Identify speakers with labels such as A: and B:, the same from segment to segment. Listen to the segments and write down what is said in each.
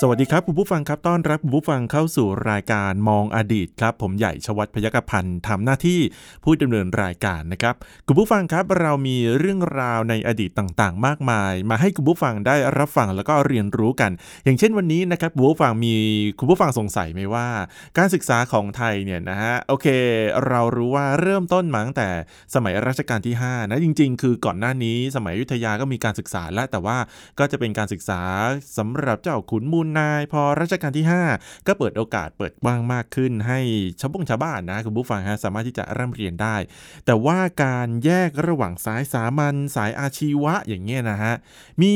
A: สวัสดีครับคุณผู้ฟังครับต้อนรับคุณผู้ฟังเข้าสู่รายการมองอดีตครับ ผมใหญ่ชวัฒน์พยกพันธ์ทำหน้าที่ผู้ดำเนินรายการนะครับคุณผู้ฟังครับเรามีเรื่องราวในอดีตต่างๆ มากมาย มาให้คุณผู้ฟังได้รับฟังแล้วก็เรียนรู้กัน อย่างเช่นวันนี้นะครับคุณผู้ฟังมีคุณผู้ฟังสงสัยไหมว่า การศึกษาของไทยเนี่ยนะฮะโอเค เรารู้ว่าเริ่มต้นมาตั้งแต่สมัยรัชกาลที่ห้านะจริง ๆ คือก่อนหน้านี้สมัยอยุธยาก็มีการศึกษาและแต่ว่าก็จะเป็นการศึกษาสำหรับเจ้าขุนมูลนาย พอรัชกาลที่ 5 ก็เปิดโอกาสเปิดกว้างมากขึ้น ให้ชาวบงชาวบ้านนะคุณผู้ฟังฮะสามารถที่จะร่ำเรียนได้ แต่ว่าการแยกระหว่างสายสามัญสายอาชีวะอย่างเงี้ยนะฮะมี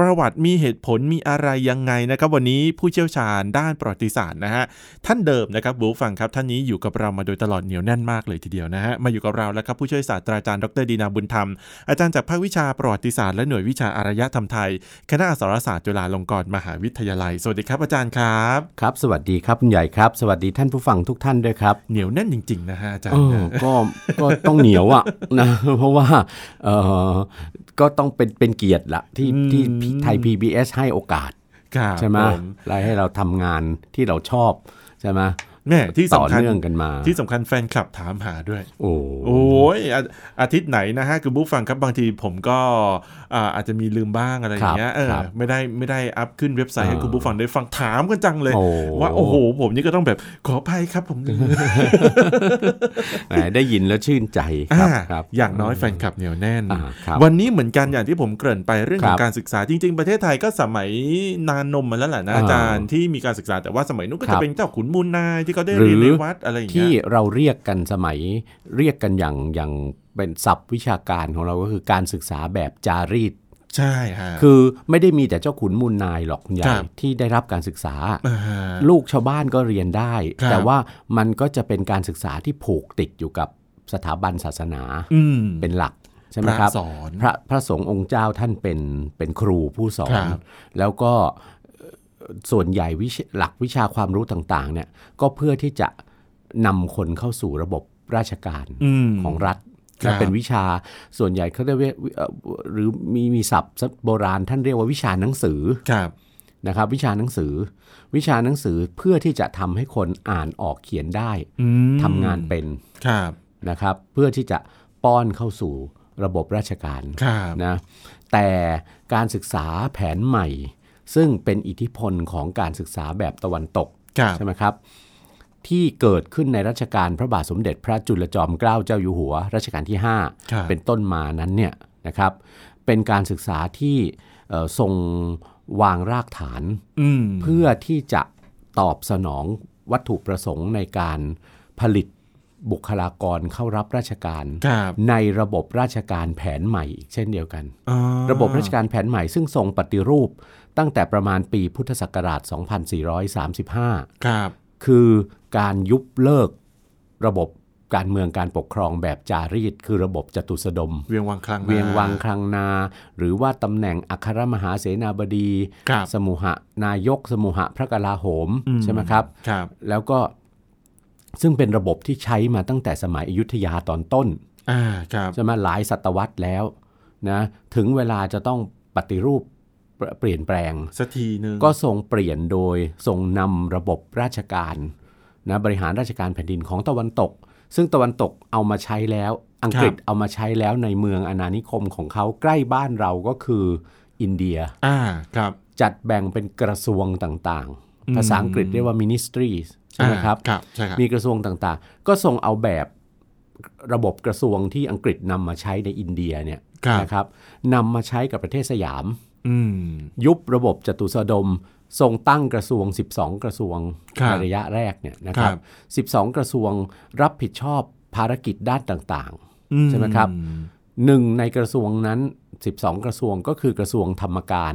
A: ประวัติมีเหตุผลมีอะไรยังไงนะครับวันนี้ผู้เชี่ยวชาญด้านประวัติศาสตร์นะฮะ ท่านเดิมนะครับบูฟังครับท่านนี้อยู่กับเรามาโดยตลอดเหนียวแน่นมากเลยทีเดียวนะฮะมาอยู่กับเราแล้วครับผู้ช่วยศาสตราจารย์ดรดีนาบุญธรรม อาจารย์จากภาควิชาประวัติศาสตร์และหน่วยวิชาอารยธรรมไทย คณะอักษรศาสตร์จุฬาลงกรณ์มหาวิทยาลัย สวัสดีครับอาจารย์ครับ
B: ครับสวัสดีครับคุณใหญ่ครับ สวัสดีท่านผู้ฟังทุกท่านด้วยครับ
A: เหนียวแน่นจริง ๆ นะฮะอาจาร
B: เอ
A: ย์
B: อ
A: นะ
B: ก็ก็ต้องเหนียวอ่ะ นะเพราะว่าเออก็ต้องเป็นเป็นเกียรติละที่ที่ไทย PBS ให้โอกาส
A: ครับ
B: ใช่ไหม
A: ผ
B: ไล่ให้เราทำงานที่เราชอบใช่ไหม
A: แม่ที่
B: ต่อ
A: สำคัญ
B: เนื่องกันมา
A: ที่สำคัญแฟนคลับถามหาด้วย
B: โอ้
A: โอ้ยอาอาทิตย์ไหนนะฮะคือบุ๊ฟังครับบางทีผมก็อ่าอาจจะมีลืมบ้างอะไรอย่างเงี้ย
B: ครับ
A: เออ
B: ครับ
A: ไม่ได้ไม่ได้อัพขึ้นเว็บไซต์ให้
B: อ่า
A: คุณบุ๊ฟังได้ฟังถามกันจังเลย
B: โอ้
A: ว่าโอ้โห ผมนี่ก็ต้องแบบขออภัยครับผมลืม
B: แหมได้ยินแล้วชื่นใจค
A: อ่า
B: รับครับ
A: อย่างน้อยแฟนคลับเหนียวแน่น
B: อ่าครับ
A: วันนี้เหมือนกันอย่างที่ผมเกริ่นไปเรื่องขอ
B: ครั
A: ง
B: บ
A: การศึกษาจริง ๆ ประเทศไทยก็สมัยนานนมมาแล้วแหละนะอาจารย์ที่มีการศึกษาแต่ว่าสมัยนู้นก็
B: ครั
A: จะ
B: บ
A: เป็นเจ้าขุนมูลนายที่เขาได้เรียน
B: หรื
A: ใน
B: อ
A: วัดอะไรอย่าง
B: ที่
A: เงี้ย
B: เราเรียกกันสมัยเรียกกันอย่างอย่างเป็นศัพท์วิชาการของเราก็คือการศึกษาแบบจารีต
A: ใช่ฮะ
B: คือไม่ได้มีแต่เจ้าขุนมูลนายหรอกคุณยา
A: ครั
B: ย
A: บ
B: ที่ได้รับการศึกษา
A: อ่า
B: ลูกชาวบ้านก็เรียนได้
A: ครับ
B: แต่ว่ามันก็จะเป็นการศึกษาที่ผูกติดอยู่กับสถาบันศาสนา
A: อืม
B: เป็นหลักใช่ไห
A: พ
B: ม
A: ระ
B: ครับ
A: สอน
B: พระพระสงฆ์องค์เจ้าท่านเป็นเป็นครูผู้สอ
A: คน รับ
B: แล้วก็เอ่อส่วนใหญ่วิชาหลักวิชาความรู้ต่างๆเนี่ยก็เพื่อที่จะนำคนเข้าสู่ระบบราชการ
A: อืม
B: ของรัฐ
A: ครับ
B: และเป็นวิชาส่วนใหญ่เขาเรียกว่าเอ่อหรือมีมีศัพท์โบราณท่านเรียกว่าวิชาหนังสือ
A: ครับ
B: นะครับ วิชาหนังสือ วิชาหนังสือเพื่อที่จะทำให้คนอ่านออกเขียนได้
A: อืม
B: ทำงานเป็น
A: ครับ
B: นะครับ เพื่อที่จะป้อนเข้าสู่ระบบราชการ
A: ครับ
B: นะแต่การศึกษาแผนใหม่ ซึ่งเป็นอิทธิพลของการศึกษาแบบตะวันตก
A: ครับ
B: ใช่ไหมครับ ที่เกิดขึ้นในรัชกาลพระบาทสมเด็จพระจุลจอมเกล้าเจ้าอยู่หัว รัชกาลที่
A: ครับ
B: 5 เป็นต้นมานั้นเนี่ยนะครับ เป็นการศึกษาที่เอ่อทรงวางรากฐาน
A: อืม
B: เพื่อที่จะตอบสนองวัตถุประสงค์ในการผลิตบุคลากรเข้ารับราชการ
A: ครับ
B: ในระบบราชการแผนใหม่อีกเช่นเดียวกัน
A: อ่า
B: ระบบราชการแผนใหม่ซึ่งทรงปฏิรูป ตั้งแต่ประมาณปีพุทธศักราช 2435
A: ครับ
B: คือการยุบเลิกระบบการเมืองการปกครองแบบจารีต คือระบบจตุสดม
A: เวียงวังคลัง
B: เวียงวัง
A: ค
B: คลังนา หรือว่าตำแหน่งอัครมหาเสนาบดี
A: รับ
B: สมุหะนายก สมุหะพระกลาโหม
A: อืม
B: ใช่ไหมครับ
A: ครับ
B: แล้วก็ซึ่งเป็นระบบที่ใช้มาตั้งแต่สมัยอยุธยาตอนต้น
A: อ่า ครับ
B: ใช่ไหมหลายศตวรรษแล้วนะถึงเวลาจะต้องปฏิรูปเปลี่ยนเปลี่ยนแปลง
A: สักทีหนึ่ง
B: ก็ทรงเปลี่ยนโดยทรงนำระบบราชการนะบริหารราชการแผ่นดินของตะวันตก ซึ่งตะวันตกเอามาใช้แล้ว อังกฤษเอามาใช้แล้วในเมืองอาณานิคมของเขาใกล้บ้านเราก็คืออินเดีย
A: อ่า ครับ
B: จัดแบ่งเป็นกระทรวงต่าง
A: อืม
B: ๆ ภาษาอังกฤษเรียกว่า ministries ใช่ไหม
A: อ่า
B: ครับ
A: ครับ ใช่ครับ
B: มีกระทรวงต่างๆ ก็ทรงเอาแบบระบบกระทรวงที่อังกฤษนำมาใช้ในอินเดียเนี่ย
A: ครับ
B: นะครับนำมาใช้กับประเทศสยาม
A: อืม
B: ยุบระบบจตุสดมทรงตั้งกระทรวง 12 กระทรวง
A: ครับ
B: ในระยะแรกเนี่ยนะครั
A: คร
B: บ
A: ับ
B: 12 กระทรวงรับผิดชอบภารกิจด้านต่าง
A: อื
B: ใช่ไหมครับ ๆหนึ่งในกระทรวงนั้น 12 กระทรวงก็คือกระทรวงธรรมการ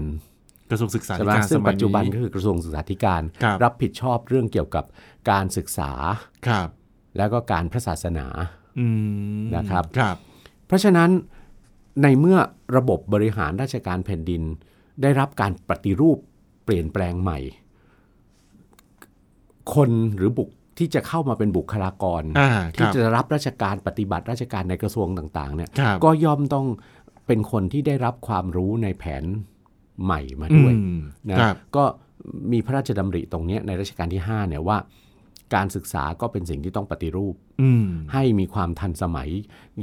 A: กระทรวงศึกษา
B: ใช่
A: ธิ
B: ไหม
A: การ
B: ซึ่
A: ส
B: ง
A: มัย
B: ปัจจุบันก็
A: นี้
B: คือกระทรวงศึกษาธิการ
A: ครับ
B: รับผิดชอบเรื่องเกี่ยวกับการศึกษา
A: ครับ
B: แล้วก็การพระศาสนา
A: อืม
B: นะครับ
A: ครับ
B: เพราะฉะนั้นในเมื่อระบบบริหารราชการแผ่นดิน ได้รับการปฏิรูปเปลี่ยนแปลงใหม่ คนหรือบุคที่จะเข้ามาเป็นบุคลากร
A: อ่าค
B: ที่
A: รับ
B: จะรับราชการปฏิบัติราชการในกระทรวงต่างๆเนี่ย
A: ครับ
B: ก็ย่อมต้องเป็นคนที่ได้รับความรู้ในแผนใหม่มาด้วย
A: อืม
B: นะครับ ก็มีพระราชดำริตรงเนี้ยในรัชกาลที่5เนี่ยว่า การศึกษาก็เป็นสิ่งที่ต้องปฏิรูป
A: อืม
B: ให้มีความทันสมัย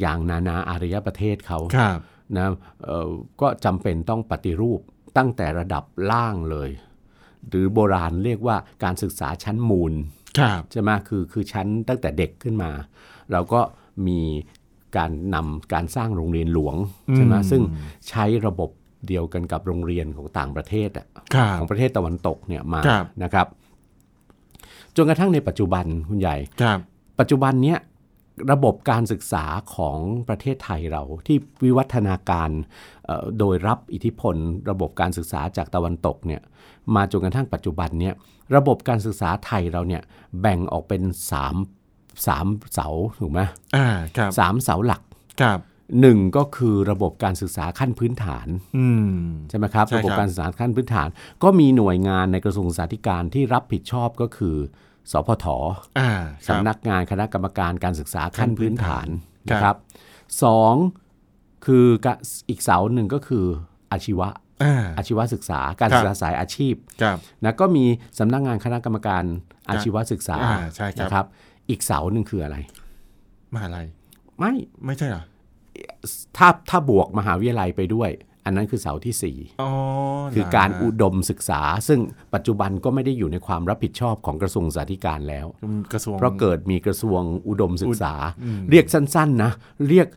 B: อย่างนานาอารยประเทศเขา
A: ครับ
B: นะเอ่อก็จำเป็นต้องปฏิรูปตั้งแต่ระดับล่างเลย หรือโบราณเรียกว่าการศึกษาชั้นมูล
A: ครับ
B: ใช่ไหมคือคือชั้นตั้งแต่เด็กขึ้นมา เราก็มีการนำการสร้างโรงเรียนหลวงใช่ไหม
A: อืม
B: ซึ่งใช้ระบบเดียวกันกับโรงเรียนของต่างประเทศอะ
A: ครับ
B: ของประเทศตะวันตกเนี่ยมา
A: ครับ
B: นะครับ จนกระทั่งในปัจจุบันคุณใหญ่
A: ครับ
B: ปัจจุบันเนี้ยระบบการศึกษาของประเทศไทยเราที่วิวัฒนาการเอ่อโดยรับอิทธิพล ระบบการศึกษาจากตะวันตกเนี่ยมาจนกระทั่งปัจจุบันเนี่ยระบบการศึกษาไทยเราเนี่ยแบ่งออกเป็นสามสามเสาถูกไหม
A: อ่า ครับ
B: สามเสาหลัก
A: ครับ
B: หนึ่งก็คือระบบการศึกษาขั้นพื้นฐาน
A: อืม
B: ใช่ไหมครับ
A: ใช่ครับ
B: ระบบการศึกษาขั้นพื้นฐาน ก็มีหน่วยงานในกระทรวงศึกษาธิการที่รับผิดชอบก็คือสพท
A: อ่าครับ
B: สำนักงานคณะกรรมการการศึกษาขั้นพื้นฐาน
A: ครับ
B: นะครับสองคือกะอีกเสาหนึ่งก็คืออาชีวะ
A: อ่า
B: อาชีวศึกษาการ
A: ครั
B: ศึ
A: บ
B: กษาสายอาชีพ
A: ครับ
B: นะก็มีสำนักงานคณะกรรมการอาชีวศึกษา
A: อ่าใช่ครับ
B: นะครับ อีกเสาหนึ่งคืออะไร
A: มหาลัย
B: ไม่
A: ไม่ใช่เหรอ
B: ถ้าถ้าบวกมหาวิทยาลัยไปด้วย อันนั้นคือเสาที่สี่
A: อ๋อ
B: คือการ
A: นะ
B: อุดมศึกษา ซึ่งปัจจุบันก็ไม่ได้อยู่ในความรับผิดชอบของกระทรวงศึกษาธิการแล้ว
A: กระทรวง
B: เพราะเกิดมีกระทรวงอุดมศึกษา
A: อืม
B: เรียกสั้นๆนะ เรียก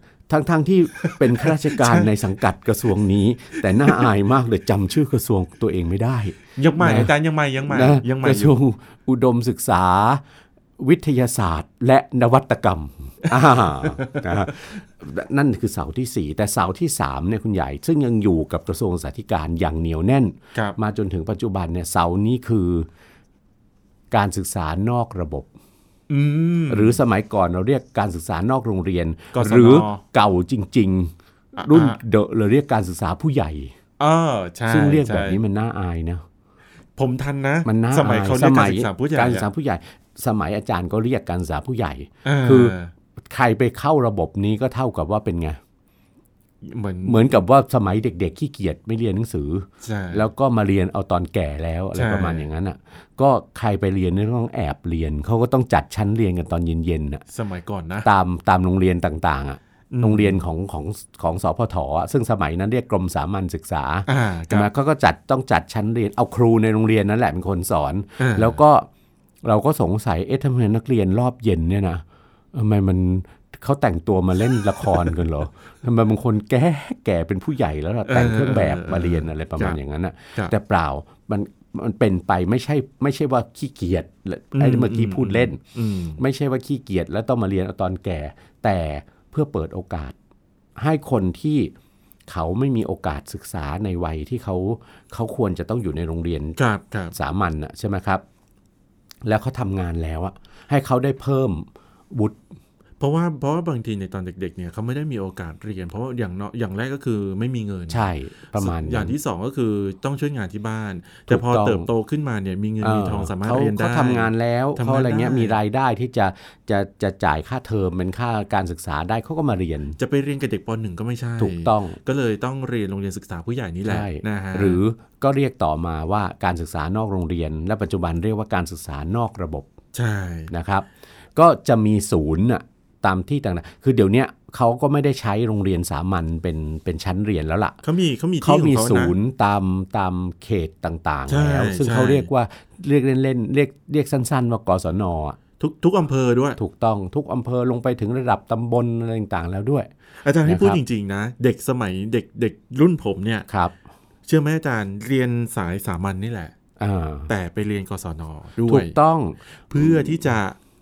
B: ทั้งๆที่เป็นข้าราช การในสังกัดกระทรวงนี้ แต่น่าอายมากเลยจำชื่อกระทรวงตัวเองไม่ได้
A: ยังใหม่อาจารย์ยังใหม่ยังใหม่
B: นะ
A: ยังใหม่
B: กระทรวงอุดมศึกษา วิทยาศาสตร์ และนวัตกรรม อ่านะฮะนั่นคือเสาที่ 4 แต่เสาที่3เนี่ยคุณใหญ่ ซึ่งยังอยู่กับกระทรวงสาธิการอย่างเหนียวแน่น
A: ครับ
B: มาจนถึงปัจจุบันเนี่ยเสานี้คือการศึกษานอกระบบ
A: อืม
B: หรือสมัยก่อนเราเรียกการศึกษานอกโรงเรียน
A: กศน
B: หรือเก่าจริง
A: อ่ะ
B: ๆ รุ่น
A: อ่ะ
B: เดอะเราเรียกการศึกษาผู้ใหญ่
A: เออใช่
B: ซึ่งเรียกแบบนี้
A: ใช่
B: มันน่าอายนะ
A: ผมทันนะ
B: มันน่า
A: สมัย
B: อาย
A: เขาเรียกการศึกษาผู้ใหญ่
B: การศึกษา
A: อะ
B: ผู้ใหญ่ สมัยอาจารย์ก็เรียกการศึกษาผู้ใหญ่
A: า
B: คือ ใครไปเข้าระบบนี้ก็เท่ากับว่าเป็นไง
A: เหมือน
B: เหมือนกับว่าสมัยเด็ก ๆ ขี้เกียจไม่เรียนหนังสือ
A: ใช่
B: แล้วก็มาเรียนเอาตอนแก่แล้วอะไร
A: ใช่
B: ประมาณอย่างนั้นอ่ะ ก็ใครไปเรียนเนี่ยต้องแอบเรียนเขาก็ต้องจัดชั้นเรียนกันตอนเย็นๆน่ะ
A: สมัยก่อนนะ
B: ตามตามโรงเรียนต่างๆอ่ะ
A: อืม
B: โรงเรียนของของของสพทอะซึ่งสมัยนั้นเรียกกรมสามัญศึกษา
A: อ่าค
B: ใช่ไหม
A: รับ
B: เขาก็จัดต้องจัดชั้นเรียนเอาครูในโรงเรียนนั่นแหละเป็นคนสอน
A: อ่า
B: แล้วก็เราก็สงสัยเอ๊ะทำไมนักเรียนรอบเย็นเนี่ยนะทำไมมันเขาแต่งตัวมาเล่นละครกันเหร อ ทำไมบางคนแก่แก่เป็นผู้ใหญ่แล้วล่ะแต่งเครื่องแบบมาเรียนอะไรประมาณอย่างนั้นอ่ะ
A: ครับ
B: แต่เปล่ามันมันเป็นไปไม่ใช่ไม่ใช่ว่าขี้เกียจและไอ้เมื่อกี้พูดเล่น
A: อืม
B: ไม่ใช่ว่าขี้เกียจแล้วต้องมาเรียนเอาตอนแก่ แต่เพื่อเปิดโอกาส ให้คนที่เขาไม่มีโอกาสศึกษาในวัยที่เขาเขาควรจะต้องอยู่ในโรงเรียน
A: ครับครับ
B: สามัญน่ะใช่ไหมครับ แล้วเขาทำงานแล้วอะให้เขาได้เพิ่มวุฒิ
A: เพราะว่าเพราะว่าบางทีในตอนเด็ก ๆ เนี่ยเขาไม่ได้มีโอกาสเรียน เพราะว่าอย่างเนาะอย่างแรกก็คือไม่มีเงิน
B: ใช่ประมาณ
A: อย่าง
B: นั้น
A: ที่สองก็คือต้องช่วยงานที่บ้าน แต่พอ
B: ถูกต้อง
A: เติบโตขึ้นมาเนี่ยมีเงินมีทองสามารถ
B: เขา
A: เรียนได้
B: เขาทำงานแล้ว
A: ทำงาน
B: เขาอะไรเงี้ย
A: ได้
B: มีรายได้ที่จะจะจะจ่ายค่าเทอมเป็นค่าการศึกษาได้เขาก็มาเรียน
A: จะไปเรียนกับเด็กปหนึ่งก็ไม่ใช่
B: ถูกต้อง
A: ก็เลยต้องเรียนโรงเรียนศึกษาผู้ใหญ่นี่แหละ
B: ใช่
A: นะฮะ
B: หรือก็เรียกต่อมาว่าการศึกษานอกโรงเรียน และปัจจุบันเรียกว่าการศึกษานอกระบบ
A: ใช่
B: นะครับ ก็จะมีศูนย์น่ะตามที่ต่างๆ คือเดี๋ยวเนี้ยเขาก็ไม่ได้ใช้โรงเรียนสามัญเป็นเป็นชั้นเรียนแล้วล่ะ
A: เขามีเขามีที่
B: เขามี
A: ของเขา
B: ศู
A: นะ
B: นย์ตามตามเขตต่าง
A: ใช่
B: ๆแล้วซึ่ง
A: ใช่
B: เขาเรียกว่าเรียกเล่นๆเรียกเรียกสั้นๆว่ากศนอ่ะ
A: ทุกทุกอำเภอด้วย
B: ถูกต้องทุกอำเภอลงไปถึงระดับตำบลอะไรต่างๆแล้วด้วย
A: อาจารย์
B: นะครั
A: ให้
B: บ
A: พูดจริง ๆ นะ เด็กสมัยเด็กเด็กรุ่นผมเนี่ย
B: ครับ
A: เชื่อไหมอาจารย์เรียนสายสามัญนี่แหละ
B: อ่า
A: แต่ไปเรียนกศนด้ว
B: ถู
A: ย
B: กต้อง
A: เพื่อที่จะ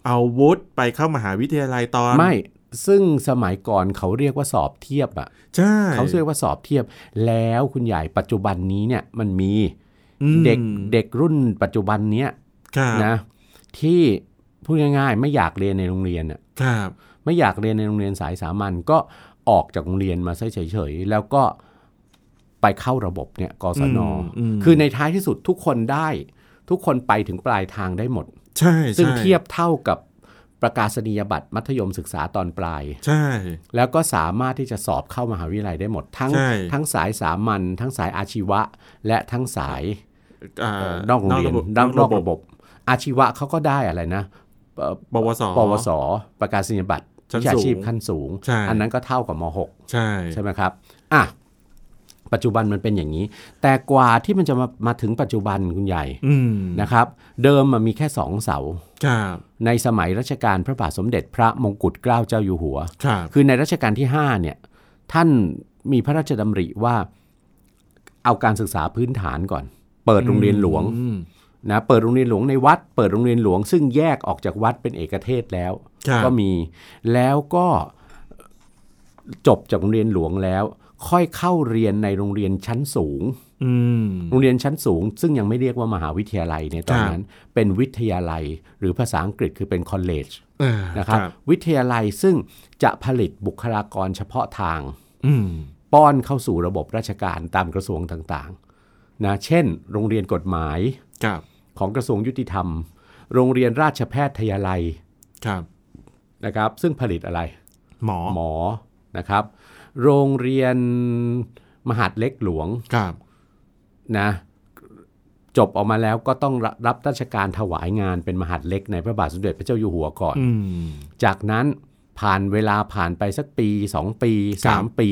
A: เอาวุฒิไปเข้ามหาวิทยาลัยตอน
B: ไม่ซึ่งสมัยก่อนเขาเรียกว่าสอบเทียบอ่ะ
A: ใช่
B: เขาเรียกว่าสอบเทียบแล้วคุณใหญ่ปัจจุบันนี้เนี่ยมันมี
A: อืม
B: เด็กเด็กรุ่นปัจจุบันเนี้ย
A: ครับ
B: นะที่พูดง่ายๆ ไม่อยากเรียนในโรงเรียนน่ะ
A: ครับ
B: ไม่อยากเรียนในโรงเรียนสายสามัญก็ออกจากโรงเรียนมาซะเฉยๆแล้วก็ไปเข้าระบบเนี่ยกศน
A: อืมอืม
B: คือในท้ายที่สุดทุกคนได้ ทุกคนไปถึงปลายทางได้หมด
A: ใช่
B: ซึ่ง
A: ใช่
B: เทียบเท่ากับประกาศนียบัตรมัธยมศึกษาตอนปลาย
A: ใช่
B: แล้วก็สามารถที่จะสอบเข้ามหาวิทยาลัยได้หมด ทั้ง
A: ใช่
B: ทั้งสายสามัญทั้งสายอาชีวะ และทั้งสาย
A: อ่า
B: เอ่อนอกโรงเรียนนอกนอกระบบ อาชีวะเขาก็ได้อะไรนะเอ่อ
A: ปวส
B: ปวส ประกาศนียบัตร
A: ชั้น
B: วิชาชีพ
A: สูง
B: ขั้นสูง
A: ใช่
B: อันนั้นก็เท่ากับม .6
A: ใช่
B: ใช่ไหมครับ อ่ะ ปัจจุบันมันเป็นอย่างนี้ แต่กว่าที่มันจะมามาถึงปัจจุบันคุณใหญ่
A: อืม
B: นะครับ เดิมมันมีแค่สองเสา
A: ครับ
B: ในสมัยรัชกาลพระบาทสมเด็จพระมงกุฎเกล้าเจ้าอยู่หัว
A: ครับ
B: คือในรัชกาลที่ 5 เนี่ย ท่านมีพระราชดำริว่าเอาการศึกษาพื้นฐานก่อน เปิดโรงเรียนหลวง
A: อืม
B: นะเปิดโรงเรียนหลวงในวัด เปิดโรงเรียนหลวง ซึ่งแยกออกจากวัดเป็นเอกเทศแล้ว
A: ครับ
B: ก็มีแล้วก็จบจากโรงเรียนหลวงแล้ว ค่อยเข้าเรียนในโรงเรียนชั้นสูง
A: อืม
B: โรงเรียนชั้นสูง ซึ่งยังไม่เรียกว่ามหาวิทยาลัยในตอนนั้น เป็นวิทยาลัย หรือภาษาอังกฤษคือเป็น college
A: อ่า
B: นะครับวิทยาลัยซึ่งจะผลิตบุคลากรเฉพาะทาง
A: อืม
B: ป้อนเข้าสู่ระบบราชการตามกระทรวงต่างๆนะเช่น โรงเรียนกฎหมาย
A: ครับ
B: ของกระทรวงยุติธรรม โรงเรียนราชแพทยาลัย
A: ครับ
B: นะครับซึ่งผลิตอะไร
A: หมอ
B: หมอนะครับ โรงเรียนมหาดเล็กหลวง
A: ครับ
B: นะจบออกมาแล้วก็ต้องรับราชการถวายงานเป็นมหาดเล็กในพระบาทสมเด็จพระเจ้าอยู่หัวก่อน
A: อืม
B: จากนั้นผ่านเวลาผ่านไปสักปี 2 ปี 3 ปี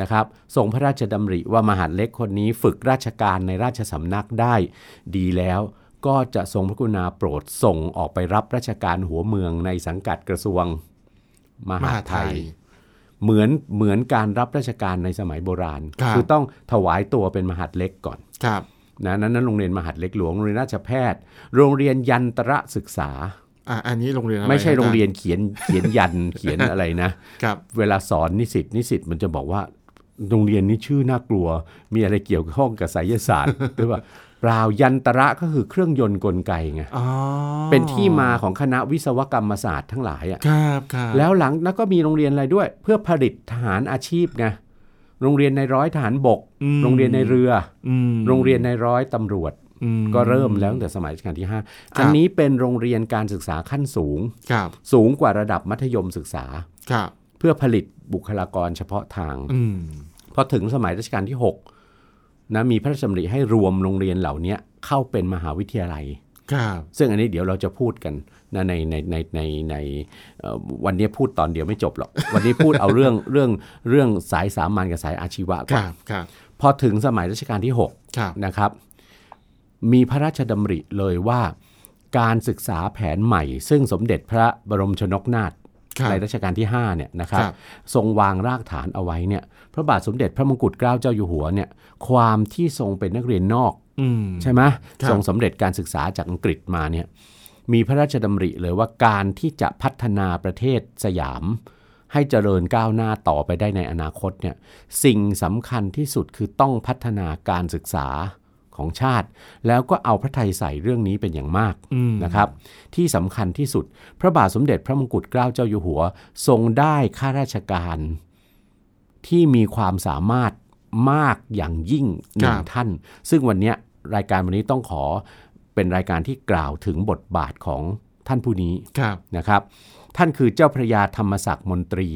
B: นะครับทรงพระราชดำริว่ามหาดเล็กคนนี้ฝึกราชการในราชสำนักได้ดีแล้วก็จะทรงพระกรุณาโปรดส่งออกไปรับราชการหัวเมืองในสังกัดกระทรวงม
A: ม
B: หา
A: หา
B: ด
A: ไท
B: ไท
A: ย
B: ย เหมือนเหมือนการรับราชการในสมัยโบราณ
A: ครับ
B: อต้องถวายตัวเป็นมหาดเล็กก่อน
A: ครับ
B: นะนั้นนั้นโรงเรียนมหาดเล็กหลวงโรงเรียนราชแพทย์ โรงเรียนยันตระศึกษา
A: อ่า อันนี้โรงเรียนอะ
B: ไม่ใช่
A: ะ
B: โรงเรียนเขียนเขียนยัน เขียนอะไรนะ
A: ครับ
B: เวลาสอนนิสิตนิสิตมันจะบอกว่า โรงเรียนนี้ชื่อน่ากลัว มีอะไรเกี่ยวข้องกับไสยศาสตร์ หรือว่า เปล่ายันตระก็คือเครื่องยนต์กลไกไง
A: อ๋อ
B: เป็นที่มาของคณะวิศวกรรมศาสตร์ทั้งหลายอ่ะ
A: ครับครับ
B: แล้วหลังแล้วก็มีโรงเรียนอะไรด้วย เพื่อผลิตทหารอาชีพไงโรงเรียนในร้อยทหารบก
A: อืม
B: โรงเรียนในเรือ
A: ม
B: โรงเรียนในร้อยตำรวจ
A: อืม
B: ก็เริ่มแล้วตั้งแต่สมัยรัชกาลที่ห้า
A: ครับ
B: อันนี้เป็นโรงเรียนการศึกษาขั้นสูง
A: ครับ
B: สูงกว่าระดับมัธยมศึกษา
A: ครับ
B: เพื่อผลิตบุคลากรเฉพาะทาง
A: อืม
B: พอถึงสมัยรัชกาลที่6นะมีพระราชดำริให้รวมโรงเรียนเหล่านี้เข้าเป็นมหาวิทยาลัย
A: ครับ
B: ซึ่งอันนี้เดี๋ยวเราจะพูดกันนะในในในในในเอ่อวันนี้พูดตอนเดียวไม่จบหรอก วันนี้พูดเอาเรื่อง เรื่องเรื่องสายสามัญกับสายอาชีวะ
A: ค
B: ก่อน
A: รับ ครับ
B: พอถึงสมัยรัชกาลที่ 6
A: ครับ
B: นะครับมีพระราชดำริเลยว่าการศึกษาแผนใหม่ ซึ่งสมเด็จพระบรมชนกนาถ
A: ครับ
B: ในรัชกาลที่5เนี่ยนะครับ
A: ครับ
B: ทรงวางรากฐานเอาไว้เนี่ยพระบาทสมเด็จพระมงกุฎเกล้าเจ้าอยู่หัวเนี่ยความที่ทรงเป็นนักเรียนนอก
A: อืม
B: ใช่ไหม
A: ครับ
B: ทรงสำเร็จการศึกษาจากอังกฤษมาเนี่ยมีพระราชดำริเลยว่าการที่จะพัฒนาประเทศสยาม ให้เจริญก้าวหน้าต่อไปได้ในอนาคตเนี่ยสิ่งสำคัญที่สุดคือต้องพัฒนาการศึกษาของชาติ แล้วก็เอาพระไทยใส่เรื่องนี้เป็นอย่างมาก
A: อืม
B: นะครับ ที่สำคัญที่สุด พระบาทสมเด็จพระมงกุฎเกล้าเจ้าอยู่หัว ทรงได้ข้าราชการ ที่มีความสามารถมากอย่างยิ่งหนึ่
A: ค
B: ง
A: รับ
B: ท่าน ซึ่งวันเนี้ยรายการวันนี้ต้องขอเป็นรายการที่กล่าวถึงบทบาทของท่านผู้นี้
A: ครับ
B: นะครับท่านคือเจ้าพระยาธรรมศักดิ์มนตรี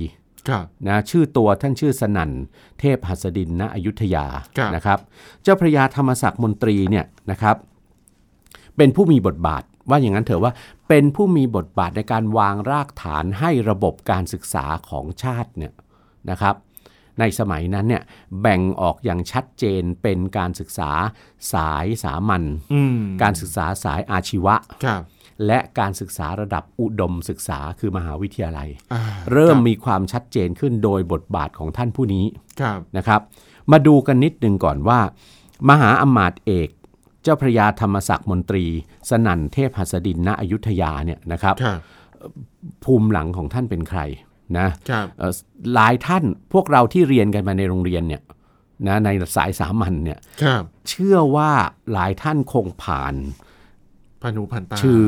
A: ครับ
B: นะชื่อตัวท่านชื่อสนั่นเทพหัสดินณอยุธยา
A: ครับ
B: นะครับเจ้าพระยาธรรมศักดิ์มนตรีเนี่ยนะครับเป็นผู้มีบทบาทว่าอย่างนั้นเถอะว่าเป็นผู้มีบทบาทในการวางรากฐานให้ระบบการศึกษาของชาติเนี่ยนะครับในสมัยนั้นเนี่ยแบ่งออกอย่างชัดเจนเป็นการศึกษาสายสามัญ
A: อืม
B: การศึกษาสายอาชีวะ
A: ครับ
B: และการศึกษาระดับอุดมศึกษาคือมหาวิทยาลัย
A: อ่า
B: เริ่มมีความชัดเจนขึ้นโดยบทบาทของท่านผู้นี้
A: ครับ
B: นะครับ มาดูกันนิดหนึ่งก่อนว่า มหาอำมาตย์เอก เจ้าพระยาธรรมศักดิ์มนตรี สนั่นเทพหัสดินณอยุธยาเนี่ยนะครับ
A: ครับ
B: ภูมิหลังของท่านเป็นใครนะครับ เอ่อหลายท่านพวกเราที่เรียนกันมาในโรงเรียนเนี่ยนะในสายสามัญเนี่ย
A: ครับ
B: เชื่อว่าหลายท่านคงผ่าน
A: พันหูพันตา
B: ชื่อ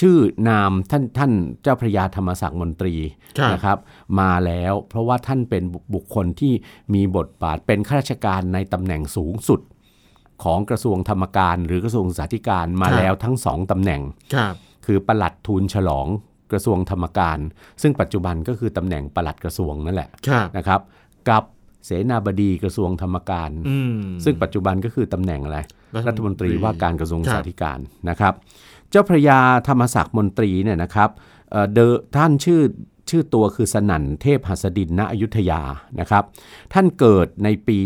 B: ชื่อนามท่านท่านเจ้าพระยาธรรมศักดิ์มนตรี
A: ครับ
B: นะครับ มาแล้วเพราะว่าท่านเป็นบุบุคคลที่มีบทบาทเป็นข้าราชการในตำแหน่งสูงสุด ของกระทรวงธรรมการ หรือกระทรวงศึกษาธิการมาแล้วทั้งสองตำแหน่ง
A: ครับ
B: คือปลัดทูลฉลองกระทรวงธรรมการ ซึ่งปัจจุบันก็คือตำแหน่งปลัดกระทรวงนั่นแหละ
A: ครับ
B: นะครับ กับเสนาบดีกระทรวงธรรมการ
A: อืม
B: ซึ่งปัจจุบันก็คือตำแหน่งอะไร รัฐมนตรีว่าการกระทรวง
A: ครับ
B: สาธิการนะครับ เจ้าพระยาธรรมศักดิ์มนตรีเนี่ยนะครับเอ่อเดอท่านชื่อชื่อตัวคือสนั่นเทพหัสดินณอยุธยานะครับ ท่านเกิดในปี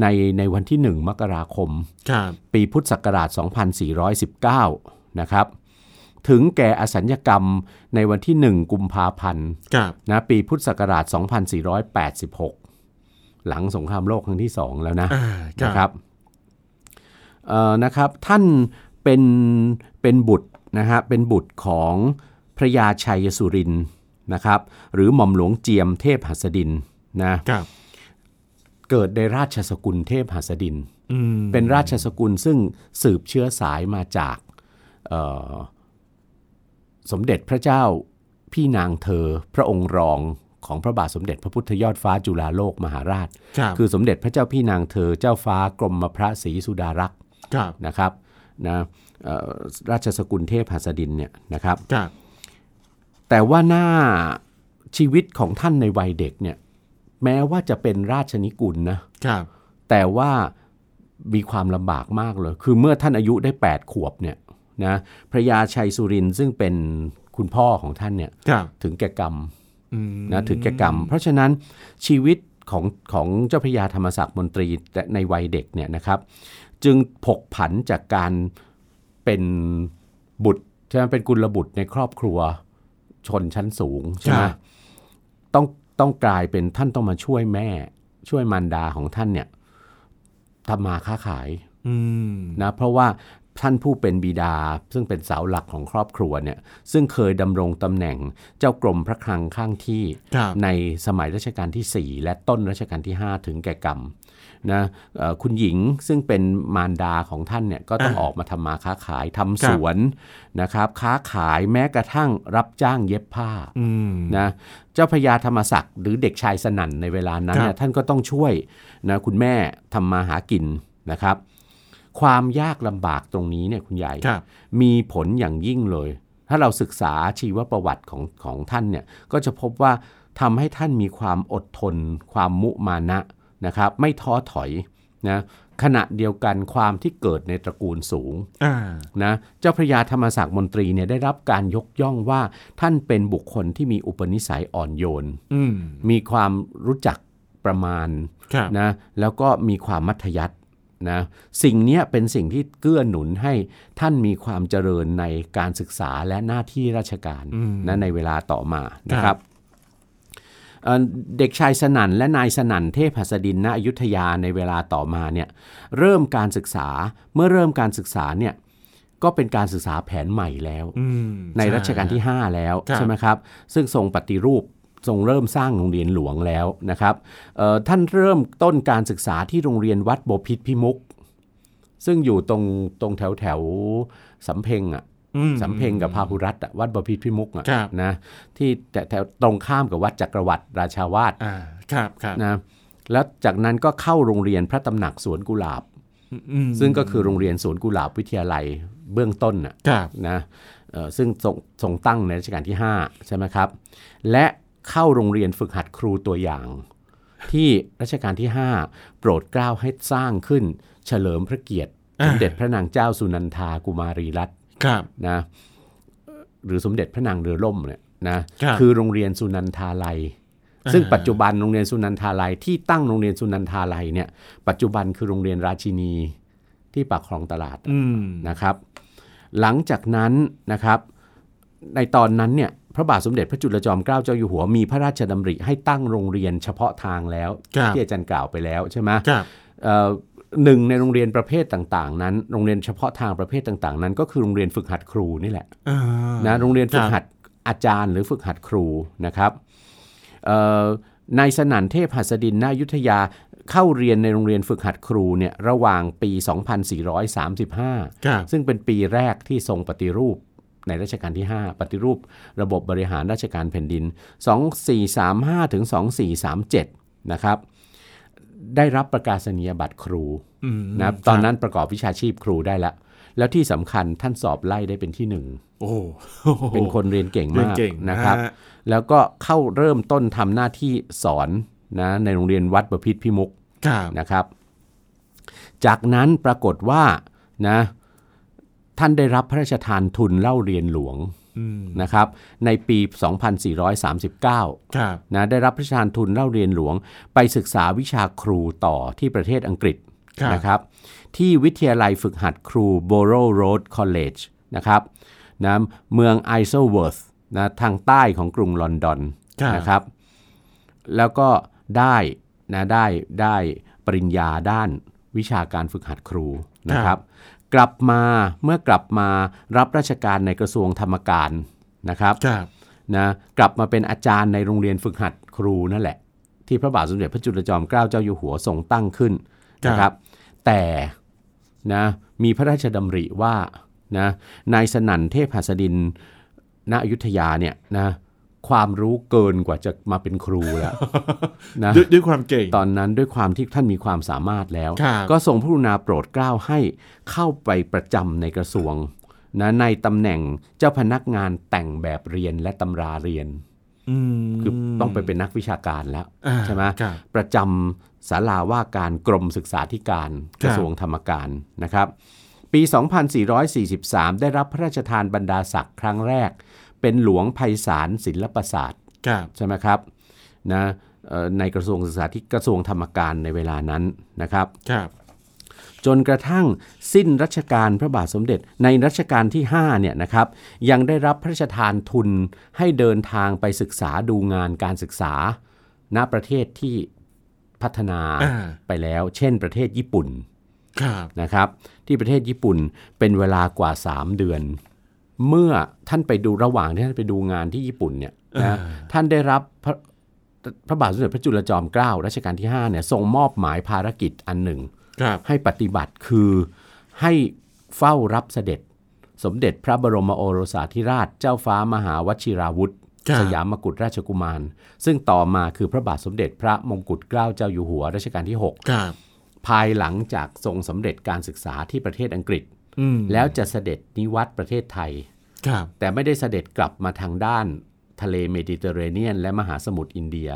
B: ในในวันที่ 1 มกราคม
A: ครับ
B: ปีพุทธศักราช 2419 นะครับ ถึงแก่อสัญญกรรมในวันที่ 1 กุมภาพันธ์
A: ครับ
B: นะปีพุทธศักราช 2486 หลังสงครามโลกครั้งที่ 2 แล้วนะ
A: อ่า
B: นะครัเอ่อนะครับท่านเป็นเป็นบุตรนะฮะเป็นบุตรของพระยาชัยสุรินทร์นะครับหรือหม่อมหลวงเจียมเทพหัสดินนะครับ เกิดในราชสกุลเทพหัสดิน
A: อืม
B: เป็นราชสกุลซึ่งสืบเชื้อสายมาจากเอ่อสมเด็จพระเจ้าพี่นางเธอพระองค์รองของพระบาทสมเด็จพระพุทธยอดฟ้าจุฬาโลกมหาราช
A: ครับ
B: คือสมเด็จพระเจ้าพี่นางเธอเจ้าฟ้ากรมพระศรีสุดารักษ์
A: ครับ
B: นะครับนะเอ่อราชสกุลเทพหัสดินเนี่ยนะครับ
A: ครับ
B: แต่ว่าหน้าชีวิตของท่านในวัยเด็กเนี่ยแม้ว่าจะเป็นราชนิกุลนะครับ แต่ว่ามีความลำบากมากเลย คือเมื่อท่านอายุได้ 8 ขวบเนี่ยนะพระยาชัยสุรินทร์ซึ่งเป็นคุณพ่อของท่านเนี่ย
A: ครับ
B: ถึงแก่กรรม
A: อืม
B: นะถึงแก่กรรม เพราะฉะนั้นชีวิตของของเจ้าพระยาธรรมศักดิ์มนตรีแต่ในวัยเด็กเนี่ยนะครับ จึงผกผันจากการเป็นบุตรใช่ไหมเป็นกุลบุตรในครอบครัวชนชั้นสูงใช่ไหม
A: ครับ
B: ต้องต้องกลายเป็นท่านต้องมาช่วยแม่ ช่วยมารดาของท่านเนี่ยทำมาค้าขาย
A: อืม
B: นะเพราะว่าท่านผู้เป็นบิดาซึ่งเป็นเสาหลักของครอบครัวเนี่ยซึ่งเคยดำรงตำแหน่งเจ้ากรมพระคลังข้างที่
A: ครับ
B: ในสมัยรัชกาลทีสี่ 4 และต้นรัชกาลที่ 5 ถึงแก่กรรมนะเอ่อคุณหญิงซึ่งเป็นมารดาของท่านเนี่ยก็ต้องออกมาทำมาค้าขายทำสวนนะครับค้าขายแม้กระทั่งรับจ้างเย็บผ้า
A: อืม
B: นะเจ้าพระยาธรรมศักดิ์หรือเด็กชายสนั่นในเวลานั้น
A: ครั
B: เนี่ย
A: บ
B: ท่านก็ต้องช่วยนะคุณแม่ทำมาหากินนะครับ ความยากลำบากตรงนี้เนี่ยคุณยาย
A: ครับ
B: มีผลอย่างยิ่งเลย ถ้าเราศึกษาชีวประวัติของของท่านเนี่ยก็จะพบว่าทำให้ท่านมีความอดทน ความมุมานะนะครับ ไม่ท้อถอยนะขณะเดียวกันความที่เกิดในตระกูลสูง
A: อ่า
B: นะเจ้าพระยาธรรมศักดิ์มนตรีเนี่ยได้รับการยกย่องว่าท่านเป็นบุคคลที่มีอุปนิสัยอ่อนโยน
A: อืม
B: มีความรู้จักประมาณ
A: ครับ
B: นะแล้วก็มีความมัธยัตินะสิ่งเนี้ยเป็นสิ่งที่เกื้อหนุนให้ท่านมีความเจริญในการศึกษาและหน้าที่ราชการ
A: อืม
B: นะในเวลาต่อมานะค
A: ครั
B: รับบ เอ่อเด็กชายสนั่นและนายสนั่นเทพหัสดินณอยุธยาในเวลาต่อมาเนี่ยเริ่มการศึกษาเมื่อเริ่มการศึกษาเนี่ยก็เป็นการศึกษาแผนใหม่แล้ว
A: อืม
B: ในรัชกาลที่ 5 แล้ว
A: ครับ
B: ใช่ไหมครับ ซึ่งทรงปฏิรูปทรงเริ่มสร้างโรงเรียนหลวงแล้วนะครับเอ่อท่านเริ่มต้นการศึกษาที่โรงเรียนวัดบพิษพิมุก ซึ่งอยู่ตรงตรงแถวแถวสำเพ็งอ่ะ
A: อืม
B: สำเพ็งกับพาหุรัตน์อะวัดบพิษพิมุกอ่ะ
A: ครับ
B: นะที่แถวแถวตรงข้ามกับวัดจักรวรรดิราชาวาส
A: อ่า ครับ ครับ
B: นะแล้วจากนั้นก็เข้าโรงเรียนพระตำหนักสวนกุหลาบ
A: อืม
B: ซึ่งก็คือโรงเรียนสวนกุหลาบวิทยาลัยเบื้องต้นอ่ะ
A: ครับ
B: นะเอ่อซึ่งทรงทรงตั้งในรัชกาลที่ 5 ใช่ไหมครับ และเข้าโรงเรียนฝึกหัดครูตัวอย่าง ที่รัชกาลที่ 5 โปรดเกล้าให้สร้างขึ้น เฉลิมพระเกียรติ
A: อ่า
B: สมเด็จพระนางเจ้าสุนันทากุมารีรัตน์
A: ครับ
B: นะหรือสมเด็จพระนางเรือล่มเนี่ยนะครับ คือโรงเรียนสุนันทาลัย
A: อ่า
B: ซึ่งปัจจุบันโรงเรียนสุนันทาลัยที่ตั้งโรงเรียนสุนันทาลัยเนี่ยปัจจุบันคือโรงเรียนราชินีที่ปากคลองตลาด
A: อืม
B: นะครับหลังจากนั้นนะครับในตอนนั้นเนี่ยพระบาทสมเด็จพระจุลจอมเกล้าเจ้าอยู่หัวมีพระราชดำริให้ตั้งโรงเรียนเฉพาะทางแล้ว
A: ครับ
B: ที่อาจารย์กล่าวไปแล้วใช่ไหม
A: ครับ
B: เอ่อหนึ่งในโรงเรียนประเภทต่างๆ นั้น โรงเรียนเฉพาะทางประเภทต่างๆ นั้น ก็คือโรงเรียนฝึกหัดครูนี่แหละ
A: อ่า
B: นะโรงเรียนฝึ
A: ครั
B: ก
A: บ
B: หัดอาจารย์หรือฝึกหัดครูนะครับเอ่อนายสนั่นเทพหัสดินนายุทธยาเข้าเรียนในโรงเรียนฝึกหัดครูเนี่ยระหว่างปี 2435
A: ครับ
B: ซึ่งเป็นปีแรกที่ทรงปฏิรูป ในรัชกาลที่ 5 ปฏิรูประบบบริหารราชการแผ่นดิน 2435 ถึง 2437 นะครับ ได้รับประกาศนียบัตรครู
A: อืม
B: นะครับตอนนั้นประกอบวิชาชีพครูได้ละ แล้วที่สำคัญท่านสอบไล่ได้เป็นที่หนึ่ง
A: โอ้โห
B: เป็นคนเรียนเก่ง
A: เรีย
B: มาน ก
A: เก่ง
B: นะครับ
A: ฮ
B: แล้วก็เข้าเริ่มต้นทำหน้าที่สอนนะในโรงเรียนวัดประพิษพิมุก
A: ครับ
B: นะครับ จากนั้นปรากฏว่านะท่านได้รับพระราชทานทุนเล่าเรียนหลวง
A: อืม
B: นะครับ ในปี 2439
A: ครับ
B: นะได้รับพระราชทานทุนเล่าเรียนหลวง ไปศึกษาวิชาครูต่อที่ประเทศอังกฤษ
A: ครับ
B: นะครับ ที่วิทยาลัยฝึกหัดครู Borough Road College นะครับนะเมือง i s l e w o r t h นะทางใต้ของกรุงลอนดอน
A: ครับ
B: นะครับ แล้วก็ได้นะได้ได้ปริญญาด้านวิชาการฝึกหัดครูนะครับ กลับมาเมื่อกลับมารับราชการในกระทรวงธรรมการนะครับ
A: ครับ
B: นะกลับมาเป็นอาจารย์ในโรงเรียนฝึกหัดครูนั่นแหละ ที่พระบาทสมเด็จพระจุลจอมเกล้าเจ้าอยู่หัวทรงตั้งขึ้นนะครับ แต่นะมีพระราชดำริว่านะนายสนั่นเทพหัสดินณอยุธยาเนี่ยนะความรู้เกินกว่าจะมาเป็นครู แล้ว นะ
A: ด้วยด้วยความเก่ง
B: ตอนนั้นด้วยความที่ท่านมีความสามารถแล้ว
A: ครับ
B: ก็ทรงพระกรุณาโปรดเกล้าให้เข้าไปประจำในกระทรวงนะในตำแหน่งเจ้าพนักงานแต่งแบบเรียนและตำราเรียน
A: อืม
B: คือต้องไปเป็นนักวิชาการแล้ว
A: อ่า
B: ใช่ไหม
A: ครับ
B: ประจำศาลาว่าการกรมศึกษาธิการกระทรวงธรรมการนะครับ ปี 2443 ได้รับพระราชทานบรรดาศักดิ์ครั้งแรก เป็นหลวงไพศาลศิลปศาสตร์
A: ครับ
B: ใช่ไหมครับนะเอ่อในกระทรวงศึกษาที่กระทรวงธรรมการในเวลานั้นนะครับ
A: ครับ
B: จนกระทั่งสิ้นรัชกาลพระบาทสมเด็จในรัชกาลที่5เนี่ยนะครับยังได้รับพระราชทานทุนให้เดินทางไปศึกษาดูงานการศึกษา ณประเทศที่พัฒนา
A: อ่า
B: ไปแล้ว เช่นประเทศญี่ปุ่น
A: ครับ
B: นะครับ ที่ประเทศญี่ปุ่นเป็นเวลากว่า 3 เดือน เมื่อท่านไปดูระหว่างที่ท่านไปดูงานที่ญี่ปุ่นเนี่ยนะท่านได้รับพระพระบาทสมเด็จพระจุลจอมเกล้ารัชกาลที่5เนี่ยทรงมอบหมายภารกิจอันหนึ่ง
A: ครับ
B: ให้ปฏิบัติคือให้เฝ้ารับเสด็จ สมเด็จพระบรมโอรสาธิราชเจ้าฟ้ามหาวชิราวุธ
A: ครับ
B: สยามมกุฎราชกุมาร ซึ่งต่อมาคือพระบาทสมเด็จพระมงกุฎเกล้าเจ้าอยู่หัวรัชกาลที่
A: ครับ
B: 6 ภายหลังจากทรงสำเร็จการศึกษาที่ประเทศอังกฤษ
A: อืม
B: แล้วจะเสด็จนิวัตรประเทศไทย
A: ครับ
B: แต่ไม่ได้เสด็จกลับมาทางด้านทะเลเมดิเตอร์เรเนียน และมหาสมุทรอินเดีย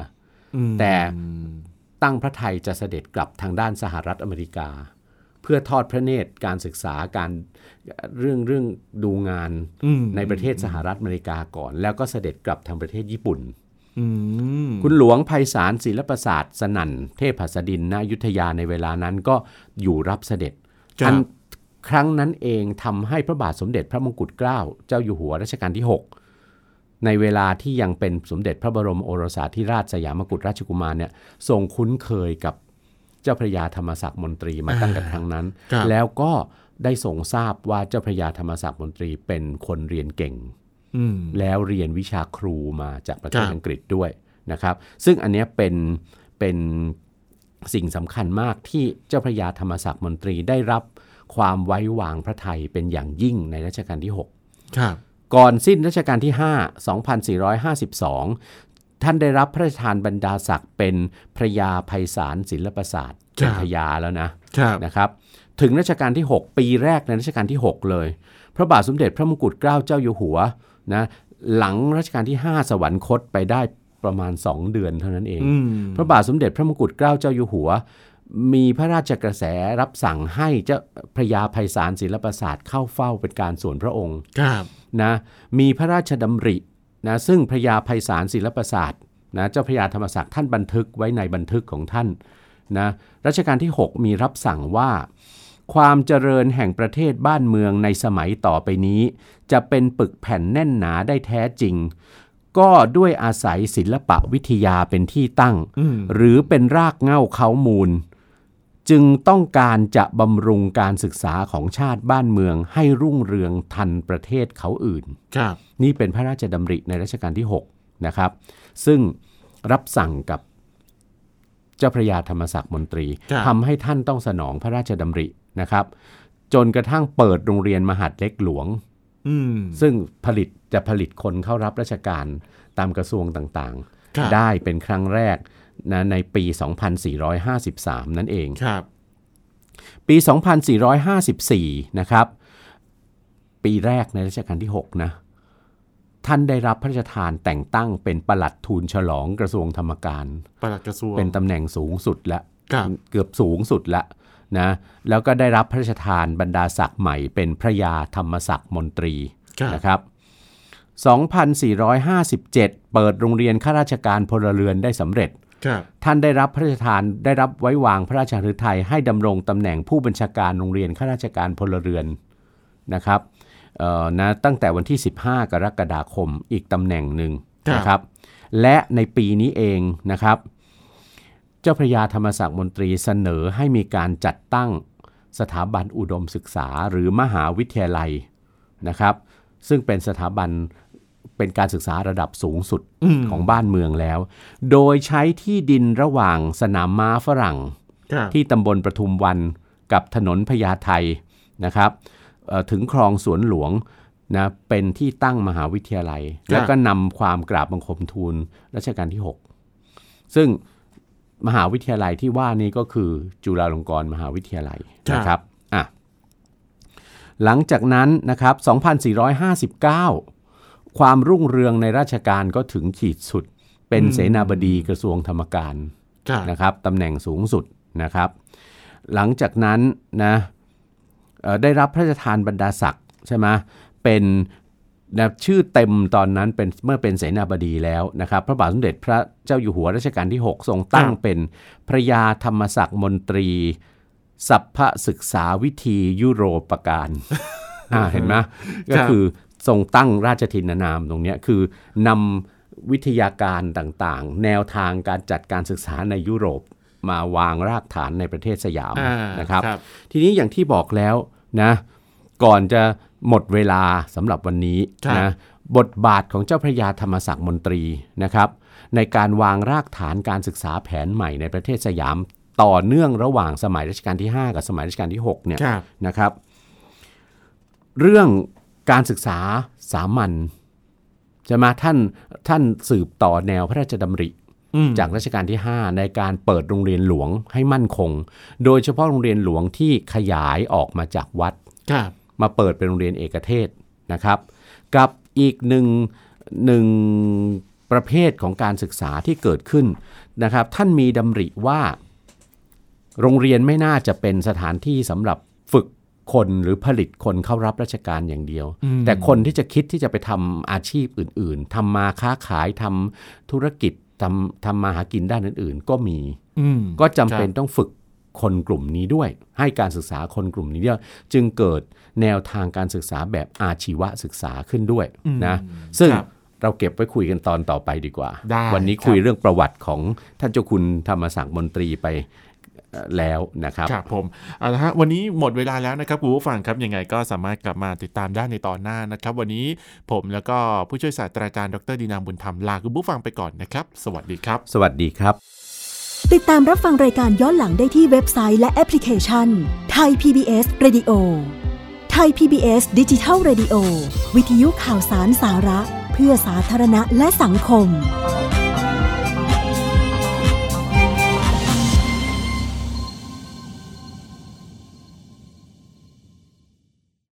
A: อืม
B: แต่ ตั้งพระไทยจะเสด็จกลับทางด้านสหรัฐอเมริกา เพื่อทอดพระเนตรการศึกษาการเรื่องเรื่องดูงาน
A: อืม
B: ในประเทศสหรัฐอเมริกาก่อน แล้วก็เสด็จกลับทางประเทศญี่ปุ่น
A: อืม
B: คุณหลวงไพศาลศิลปศาสตร์ สนั่น เทพหัสดินณอยุธยาในเวลานั้นก็อยู่รับเสด็จ
A: ครั
B: อั
A: บ
B: นครั้งนั้นเองทำให้พระบาทสมเด็จพระมงกุฎเกล้าเจ้าอยู่หัวรัชกาลที่ 6 ในเวลาที่ยังเป็นสมเด็จพระบรมโอรสาธิราชสยามกุฎราชกุมารเนี่ยทรงคุ้นเคยกับเจ้าพระยาธรรมศักดิ์มนตรีมาตั้งแต่ครั้งนั้น
A: ครับ
B: แล้วก็ได้ทรงทราบว่าเจ้าพระยาธรรมศักดิ์มนตรีเป็นคนเรียนเก่ง
A: อืม
B: แล้วเรียนวิชาครูมาจากประเท
A: ค
B: ศ
A: รับ
B: อังกฤษด้วยนะครับ ซึ่งอันเนี้ยเป็นเป็นสิ่งสำคัญมากที่เจ้าพระยาธรรมศักดิ์มนตรีได้รับความไว้วางพระไทยเป็นอย่างยิ่งในรัชกาลที่ 6
A: ครับ
B: ก่อนสิ้นรัชกาลที่ 5 2452 ท่านได้รับพระราชทานบรรดาศักดิ์เป็นพระยาไพศาลศิลปศาสตร์เป็นพยาแล้วนะ
A: ครับ
B: นะครับถึงรัชกาลที่ 6 ปีแรกในรัชกาลที่ 6 เลย พระบาทสมเด็จพระมงกุฎเกล้าเจ้าอยู่หัวนะหลังรัชกาลที่ 5 สวรรคตไปได้ประมาณ 2 เดือนเท่านั้นเอง
A: อืม
B: พระบาทสมเด็จพระมงกุฎเกล้าเจ้าอยู่หัว มีพระราชกระแสรับสั่งให้เจ้าพระยาไพศาลศิลปศาสตร์เข้าเฝ้าเป็นการส่วนพระองค์
A: ครับ
B: นะมีพระราชดำรินะซึ่งพระยาไพศาลศิลปศาสตร์นะเจ้าพระยาธรรมศักดิ์ท่านบันทึกไว้ในบันทึกของท่านนะรัชกาลที่ 6 มีรับสั่งว่า ความเจริญแห่งประเทศบ้านเมืองในสมัยต่อไปนี้ จะเป็นปึกแผ่นแน่นหนาได้แท้จริง ก็ด้วยอาศัยศิลปะวิทยาเป็นที่ตั้ง
A: อืม
B: หรือเป็นรากเหง้าเขามูล จึงต้องการจะบำรุงการศึกษาของชาติบ้านเมืองให้รุ่งเรืองทันประเทศเขาอื่น
A: ครับ
B: นี่เป็นพระราชดำริในรัชกาลที่ 6 นะครับ ซึ่งรับสั่งกับเจ้าพระยาธรรมศักดิ์มนตรีทำให้ท่านต้องสนองพระราชดำรินะครับ จนกระทั่งเปิดโรงเรียนมหาดเล็กหลวง
A: อืม
B: ซึ่งผลิตจะผลิตคนเข้ารับราชการตามกระทรวงต่าง
A: ครับ
B: ๆ ได้เป็นครั้งแรกนะในปี 2453 นั่นเอง
A: ครับ
B: ปี 2454 นะครับ ปีแรกในรัชกาลที่ 6 นะ ท่านได้รับพระราชทานแต่งตั้งเป็นปลัดทูลฉลองกระทรวงธรรมการ
A: ปลัดกระทรวง
B: เป็นตำแหน่งสูงสุดละ
A: ครับ
B: เกือบสูงสุดละนะแล้วก็ได้รับพระราชทานบรรดาศักดิ์ใหม่เป็นพระยาธรรมศักดิ์มนตรี
A: ครับ
B: นะครับ 2457 เปิดโรงเรียนข้าราชการพลเรือนได้สำเร็จ
A: ครับ
B: ท่านได้รับพระราชทานได้รับไว้วางพระราชฤทัยให้ดำรงตำแหน่งผู้บัญชาการโรงเรียนข้าราชการพลเรือนนะครับเอ่อนะตั้งแต่วันที่ 15 กรกฎาคมอีกตำแหน่งหนึ่ง
A: ครับ
B: นะครับ และในปีนี้เองนะครับ เจ้าพระยาธรรมศักดิ์มนตรีเสนอให้มีการจัดตั้งสถาบันอุดมศึกษาหรือมหาวิทยาลัยนะครับ ซึ่งเป็นสถาบันเป็นการศึกษาระดับสูงสุดของบ้านเมืองแล้ว โดยใช้ที่ดินระหว่างสนามม้าฝรั่ง
A: ครับ
B: ที่ตำบลประทุมวันกับถนนพญาไทนะครับเอ่อถึงคลองสวนหลวงนะเป็นที่ตั้งมหาวิทยาลัย แล้วก็นำความกราบบังคมทูลรัชกาลที่ 6 ซึ่งมหาวิทยาลัยที่ว่านี้ก็คือจุฬาลงกรณ์มหาวิทยาลัยนะครับอ่ะหลังจากนั้นนะครับ 2459 ความรุ่งเรืองในราชการก็ถึงขีดสุด เป็นเสนาบดีกระทรวงธรรมการ
A: ครับ
B: นะครับตำแหน่งสูงสุดนะครับ หลังจากนั้นนะเอ่อได้รับพระราชทานบรรดาศักดิ์ใช่ไหมเป็นนะชื่อเต็มตอนนั้นเป็นเมื่อเป็นเสนาบดีแล้วนะครับ พระบาทสมเด็จพระเจ้าอยู่หัวรัชกาลที่ 6 ทรงตั้งเป็นพระยาธรรมศักดิ์มนตรี สัพพศึกษาวิธียุโรปการ อ่าเห็นไหมก็คือทรงตั้งราชทินนามตรงเนี้ยคือนำวิทยาการต่างๆ แนวทางการจัดการศึกษาในยุโรปมาวางรากฐานในประเทศสยาม
A: อ่า
B: นะครับ ทีนี้อย่างที่บอกแล้วนะก่อนจะหมดเวลาสำหรับวันนี้
A: ครับ
B: นะบทบาทของเจ้าพระยาธรรมศักดิ์มนตรีนะครับ ในการวางรากฐานการศึกษาแผนใหม่ในประเทศสยามต่อเนื่องระหว่างสมัยรัชกาลที่ 5 กับสมัยรัชกาลที่6เนี่ย
A: ครับ
B: นะครับ เรื่องการศึกษาสามัญจะมาท่านท่านสืบต่อแนวพระราชดำริ
A: อืม
B: จากรัชกาลที่ 5 ในการเปิดโรงเรียนหลวงให้มั่นคง โดยเฉพาะโรงเรียนหลวงที่ขยายออกมาจากวัด
A: ครับ
B: มาเปิดเป็นโรงเรียนเอกเทศนะครับ กับอีกหนึ่งหนึ่งประเภทของการศึกษาที่เกิดขึ้นนะครับ ท่านมีดำริว่า โรงเรียนไม่น่าจะเป็นสถานที่สำหรับฝึกคนหรือผลิตคนเข้ารับราชการอย่างเดียว แต่คนที่จะคิดที่จะไปทำอาชีพอื่น ๆทำมาค้าขายทำธุรกิจทำทำมาหากินด้านอื่น ๆ ก็มี
A: อืม
B: ก็จำเป็นต้องฝึกคนกลุ่มนี้ด้วย ให้การศึกษาคนกลุ่มนี้ด้วยจึงเกิดแนวทางการศึกษาแบบอาชีวศึกษาขึ้นด้วยนะซึ่ง
A: ครับ
B: เราเก็บไว้คุยกันตอนต่อไปดีกว่า
A: ได้
B: วันนี้
A: ครับ
B: คุยเรื่องประวัติของท่านเจ้าคุณธรรมศักดิ์มนตรีไปเอ่อแล้วนะครับ
A: ับผมเอาละฮะวันนี้หมดเวลาแล้วนะครับคุณผู้ฟังครับยังไงก็สามารถกลับมาติดตามได้ในตอนหน้านะครับ วันนี้ผมแล้วก็ผู้ช่วยศาสตราจารย์ดรดีนามบุญธรรมลาคุณผู้ฟังไปก่อนนะครับ สวัสดีครับ
B: สวัสดีครับ
C: ติดตามรับฟังรายการย้อนหลังได้ที่เว็บไซต์และแอปพลิเคชันไทย PBS Radio ไทย PBS ดิจิทัล Radio วิทยุข่าวสารสาระ เพื่อสาธารณะและสังคม